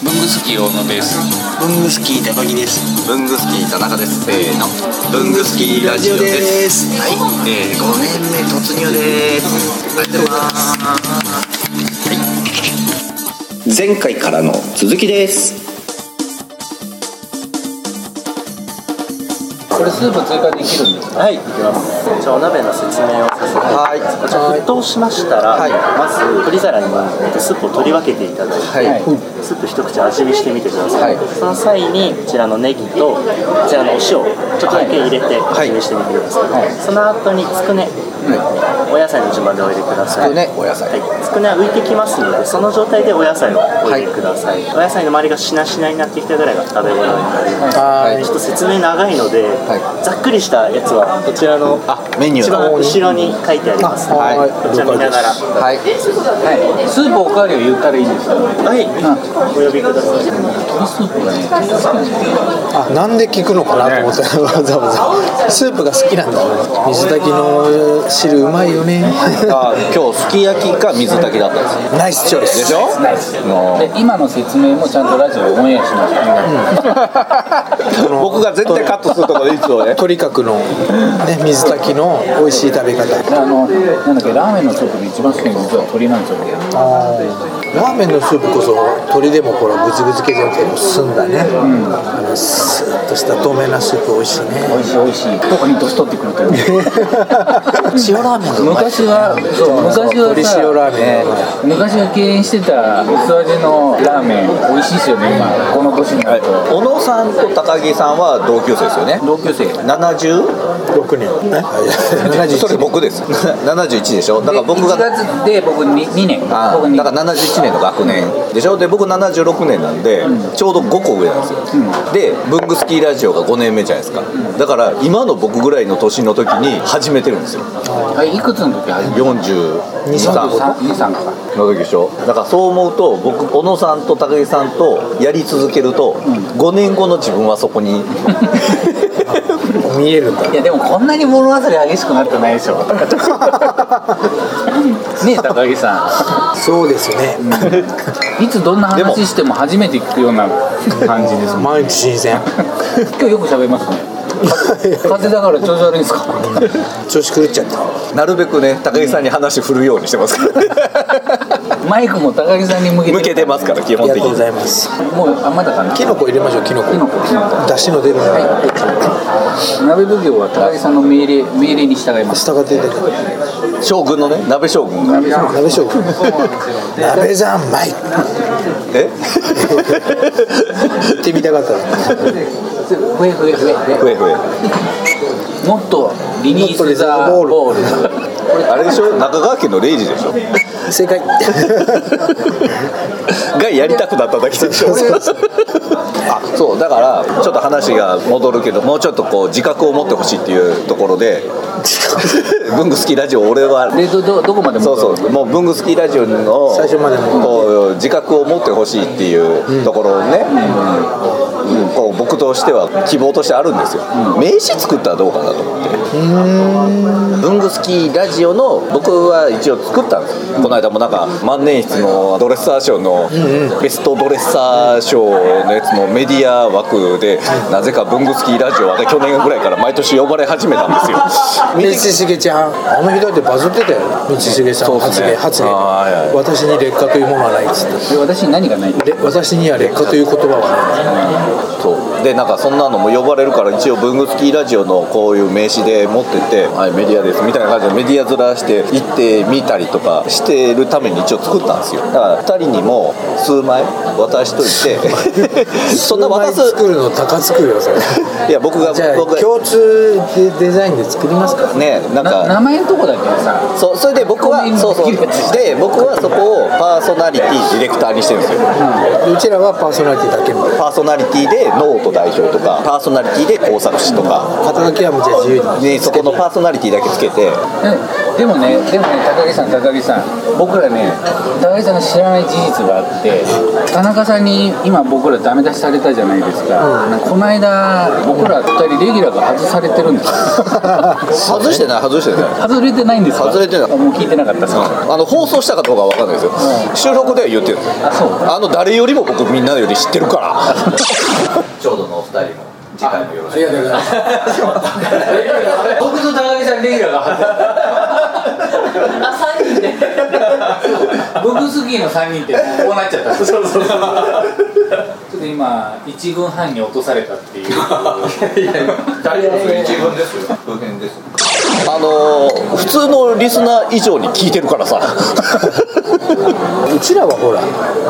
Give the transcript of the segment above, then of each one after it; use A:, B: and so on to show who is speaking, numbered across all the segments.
A: ングスキー大野です
B: 文具スキー高木です。
C: ブングスキー田中です。せーの。ブングスキーラジオです。
B: す。
C: はい。えー、5年目突入です。ありがとうございます。前回からの続きです。
A: これスープ追加できるんですか
D: はい、ではじゃあお鍋の説明をさせてはいこちら沸騰しましたら、まず鶏皿に盛ってスープを取り分けていただいて、スープ一口味見してみてください、その際にこちらのネギとこちらのお塩ちょっとだけ入れて味見してみてください、その後につくね、お野菜の順番でお入れください
C: お野菜。
D: はい、つくねは浮いてきますのでその状態でお野菜をお入れください、お野菜の周りがしなしなになってきたぐらいが食べ頃になります、
C: はい
D: ちょっと説明長いので、
C: は
D: ざっくりしたやつはこちらの
C: メニュー
D: 一番後ろに書いてあります、
C: はい
D: こちら見ながら
C: はい。
A: スープおかわりを言ったらいいんですか
D: はい、お呼びください
E: あなんで聞くのかなと思って、わ ざわざスープが好きなんだろう水炊きの汁うまいよ ね
C: あー、今日すき焼きか水炊きだったんですよ。
E: ナイスチョイス
C: でしょ？も
A: で今の説明もちゃんとラジオでオンエアしました、
C: う僕が絶対カットするところでいつもね。
E: とにかくの、ね、水炊きの美味しい食べ方
A: あのなんだっけラーメンのスープで一番好きなの実は鶏なんですよ僕
E: ラーメンのスープこそ鶏でもこれグツグツ系じゃなくても澄んだね、あのスーッとした透明なスープ美味しいね
A: 美味しい美味しい特に年取ってくると思う
E: 塩ラーメンがうまい
A: 昔はそう昔は
E: 鶏
A: さ
E: 塩ラーメンがうまい
A: 昔は敬遠してた薄味のラーメン美味しいですよね今この年になると、
C: 小野さんと高木さんは同級生ですよね。
A: 同級生
C: 七十？
E: 6年ね
C: それ僕です。 七十一でしょ。だから僕が
A: 1月で僕 2, 二年
C: あ
A: 僕
C: ー
A: に
C: だから71年の学年でしょで僕76年なんで、ちょうど5個上なんですよ、でブングスキーラジオが5年目じゃないですか、だから今の僕ぐらいの年の時に始めてるんですよ
A: あいくつの時初めて
C: 4223
A: 23三か
C: の時でしょだからそう思うと僕小野さんと高木さんとやり続けると、5年後の自分はそこに
E: 見えるんだ
A: いやでもこんなに物忘れ激しくなってないでし ょねえ高木さ
E: そうですね、
A: んいつどんな
C: でも
A: 話しても初めて聞くような感じですもん
E: 毎日新鮮
A: 今日よく喋りますね風邪だから調子悪いんですか
E: 調子狂っちゃった
C: なるべくね高木さんに話振るようにしてますから、
A: マイクも高木さんに向けて
C: 向けてますから基
E: あり
C: 本
E: が
C: 的
E: とうご
C: に
E: ざいます
A: もうあまだかな
E: キノコ入れましょうキノコ
A: キノコ
E: 出汁の出るのが
A: 鍋奉行は高木さんの命令命令に従います
E: 下が出てる
C: 将軍のね鍋将軍が
E: 鍋将軍鍋三昧っ
C: え
E: てみたかった
A: ふえふえふえふえ
C: ふえふえ
A: もっとリリースザーボール
C: あれでしょ中川家のレイジでしょ
E: 正 解
C: がやりたくなっただけでしょあそうだからちょっと話が戻るけどもうちょっとこう自覚を持ってほしいっていうところ で文具好きラジオ俺は
A: でどどどこまで
C: そ
A: 戻
C: うそうもう文具好きラジオの
E: 最初までも
C: こう自覚を持ってほしいっていうところをね、うんこう僕としては希望としてあるんですよ、名刺作ったらどうかなと思って文具好きラジオの僕は一応作ったんですよこの間もなんか万年筆のドレッサー賞のベストドレッサー賞のやつのメディア枠でなぜか文具好きラジオはね去年ぐらいから毎年呼ばれ始めたん ですよ
E: 道重ちゃんあの日だってバズってたよ道重さん
C: そうっす
E: 発
C: ね
E: 言発言
C: あーはいはい
E: 私に劣化というものはないっつっ
A: で私に何がない
E: てで私には劣化という言葉はない
C: そうでなんかそんなのも呼ばれるから一応文具好きラジオのこういう名刺で持ってて、はい、メディアですみたいな感じでメディア面して行ってみたりとかしてるために一応作ったんですよだから2人にも数枚渡しといてそんな渡
E: 数枚
C: す
E: 作るの高作るよそれ
C: いや僕が
E: じゃあ
C: 僕が
E: 共通でデザインで作りますか
C: ねなん
A: な
C: か
A: 名前のとこだけさ
C: そうそれで僕は
A: ここに
C: そうそう
A: できるやつ
C: で僕はそこをパーソナリティディレクターにしてるんですよ
E: うちらはパーソナリティだけみたい
C: パーソナリティでノート代表とかパーソナリティで工作士とか
E: な肩書きはもうじゃあ自由に
C: ねそこのパーソナリティだけつけて
A: えでもね、でもね、高木さん、高木さん、僕らね、高木さんが知らない事実があって、田中さんに今、僕らダメ出しされたじゃないですか、なんかこの間、僕ら2人、レギュラーが外されてるんです よ
C: 外してない外してない
A: 外れてないんですか
C: 外れてない
A: あもう聞いてなかったですか、
C: あの放送したかどうかは分かんないですよ、収録では言ってるんですよ
A: あそう
C: あの誰よりも僕みんなより知ってるから
F: ちょうどのお二人も次回もよろしくお願いします。僕と高木さんレギュラーが外れた。
G: あ3人で
A: 僕好きの3人って、こうなっちゃったんですよ、ちょっと今、1分半に落とされたっていう。
F: 大丈夫ですよ。一軍ですよ。当然です。
C: あのー普通のリスナー以上に聞いてるからさ
E: うちらはほら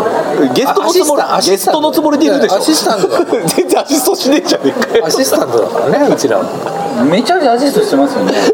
C: ゲストのつもり
E: アシスタ
C: ゲス
E: ント
C: トのつもりでいるでしょ
E: アシスタントだ
C: 全然アシストしねえじゃねえかよ
E: アシスタントだからねうちらは
A: めちゃめちゃアジストしてますよね。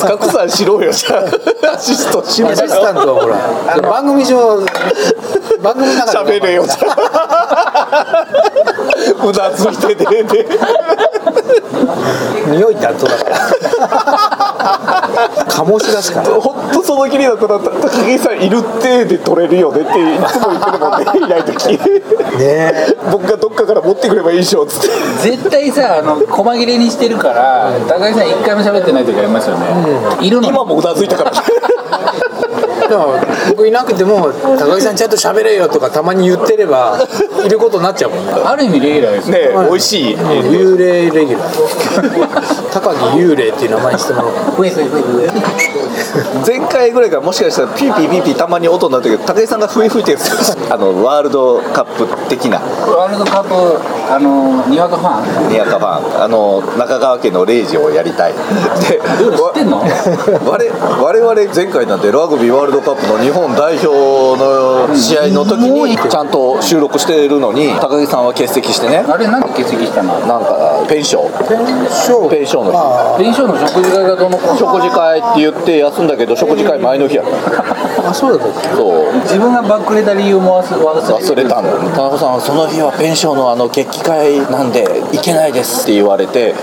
C: 格差しろよじゃあアシストしろ
E: ア
C: よ
E: シスタントはほらあの番組上番組の中で
C: 喋 れよじゃあうなずいてねえで
E: 匂い担当だから醸し出すから
C: 本当その気になくなった高木さんいるってで取れるよねっていつも言ってるもんねいない時
E: ねえ
C: 僕がどっかから持ってくればいいでしょっつって
A: 絶対さあの細切れにしてるから高木さん一回も喋ってない時ありますよね、いるの
C: 今もうなずいたから
E: でも僕いなくても高木さんちゃんと喋れよとかたまに言ってればいることになっちゃうもんね
A: ある意味レギュラーですよ
C: ねえ美味しい
E: 幽霊レギュラ ー高木幽霊っていう名前にしてもらおう
C: 前回ぐらいからもしかしたらピーピーピーピーたまに音になったけど高木さんが笛吹いてるんですよ あのワールドカップ的な
A: ワールドカップあのにわかファン
C: ニアカファンあの中川家のレイジをやりたいで
A: ルール知ってんの
C: 我我々前回なんてラグビーワールドカップの日本代表の試合の時にちゃんと収録してるのに高木さんは欠席してね
A: あれなんで欠席したの
C: なんかペンション
E: ペンショ
C: ペンションの日
A: 弁償の食事会がどの
C: 食事会って言って休んだけど食事会前の日やった
E: ンあそうだったっ
C: そう
A: 自分がバックれた理由も忘忘れ
C: 忘れたの田中さんはその日はペンションのあの決起会なんで行けないですって言われて、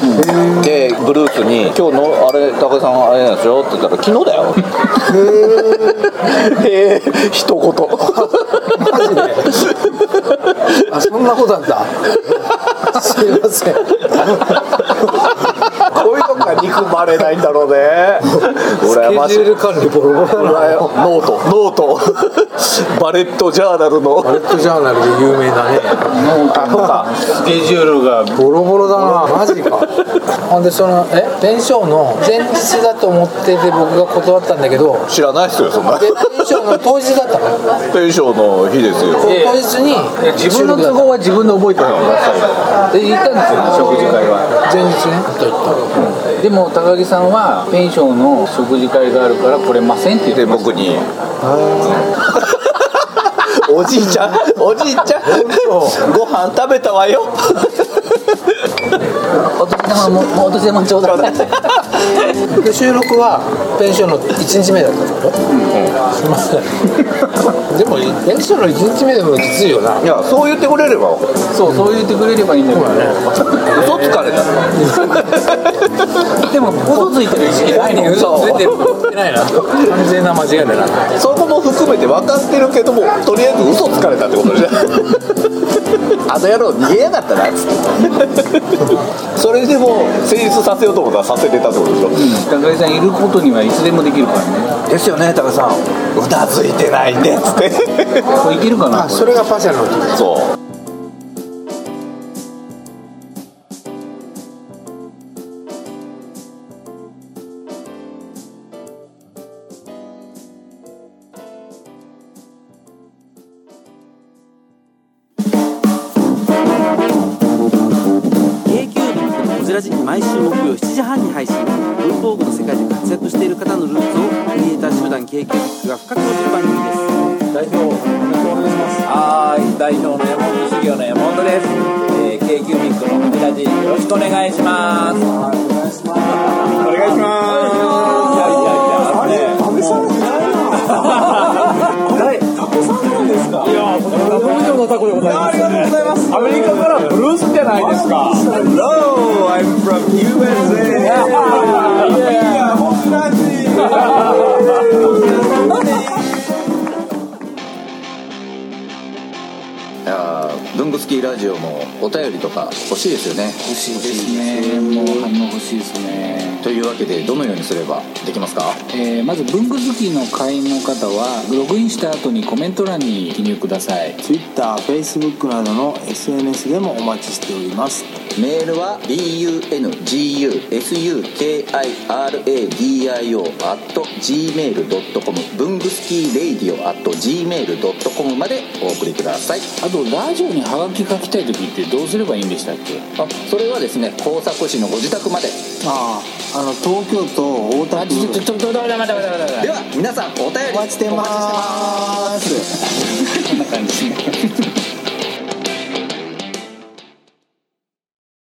C: でブルースに「今日のあれ高井さんあれなんですよ」って言ったら「昨日だよ」へえ一 言
E: けあそんなことあったすいません
C: こういうのが憎まれないんだろうね羨ま
E: ス
C: し
E: ケジ
C: い
E: ュール管理ボロボロだ
C: ノ
E: よ
C: ートノートバレットジャーナルの
E: バレットジャーナルで有名だね
A: スケジュールが
E: ボロボロだなマジかほんでそのえペンションの前日だと思ってて僕が断ったんだけど
C: 知らないっすよそんな
E: でペンションの当日だったの
C: ペンションの日ですよ
E: 当日に
A: 自分の都合は自分で覚えてるので言ったんですよね食事会は
E: 前日ね
A: でも高木さんはペンションの食事会があるから来れませんって言って
C: で僕に「おじいちゃんおじいちゃんご飯食べたわ よ
A: お年玉ももうお年玉ちょうだい
E: で収録はペンションの1日目だったってことすいませんでもペンションの1日目でもきついよな」
C: いやそう言ってくれれば
A: そうそう言ってくれればいいんだけどね
C: 嘘つかれた
A: でも嘘ついてる意識ないの
C: 嘘ついてる
A: ないな完全な間違いだな
C: そこも含めて分かってるけどもとりあえず嘘つかれたってことじゃん あの野郎逃げやがったなっつってそれでも成立させようと思ったらさせてたってことでしょ
A: 高井さんいることにはいつでもできるからね
C: ですよね高さんうなずいてないんでっつって
A: これいけるかな
E: あそれがパシャの時
C: そう
B: こじらじ毎週木曜7時半に配信文房具の世界で活躍している方のルーツをクリエイター集団 k q が深く落る番組です
F: 代表お願いします。はーい、代表の山本修行の山本です。えー、K キュービックの友達よろしくお願いします。お願いします。お願いします。いやいやいや、あれ、タコさんじゃないな。誰、タコさんなんですか。いや、東京のタコでございます。ありがとうございます。アメリカからブルースじゃないですか。Hello, I'm from USA.
C: スキーラジオもお便りとか欲しいですよね
A: 欲しいですねもう反応欲しいですね
C: というわけでどのようにすればできますか
A: えーまず文具好きの会員の方はログインした後にコメント欄に記入ください
D: TwitterFacebook などの SNS でもお待ちしております
C: メールは bungusukiradio.gmail.com 文具スキーレイディオ .gmail.com までお送りください
A: あとラジオにハガキ書きたい時ってどうすればいいんでしたっけ
C: あそれはですね工作士のご自宅まで
D: あああの東京都大田
A: あちょっとちょっと待って待って待って待って
C: では皆さんお便り
D: お待ちしてます
A: こんな感じですね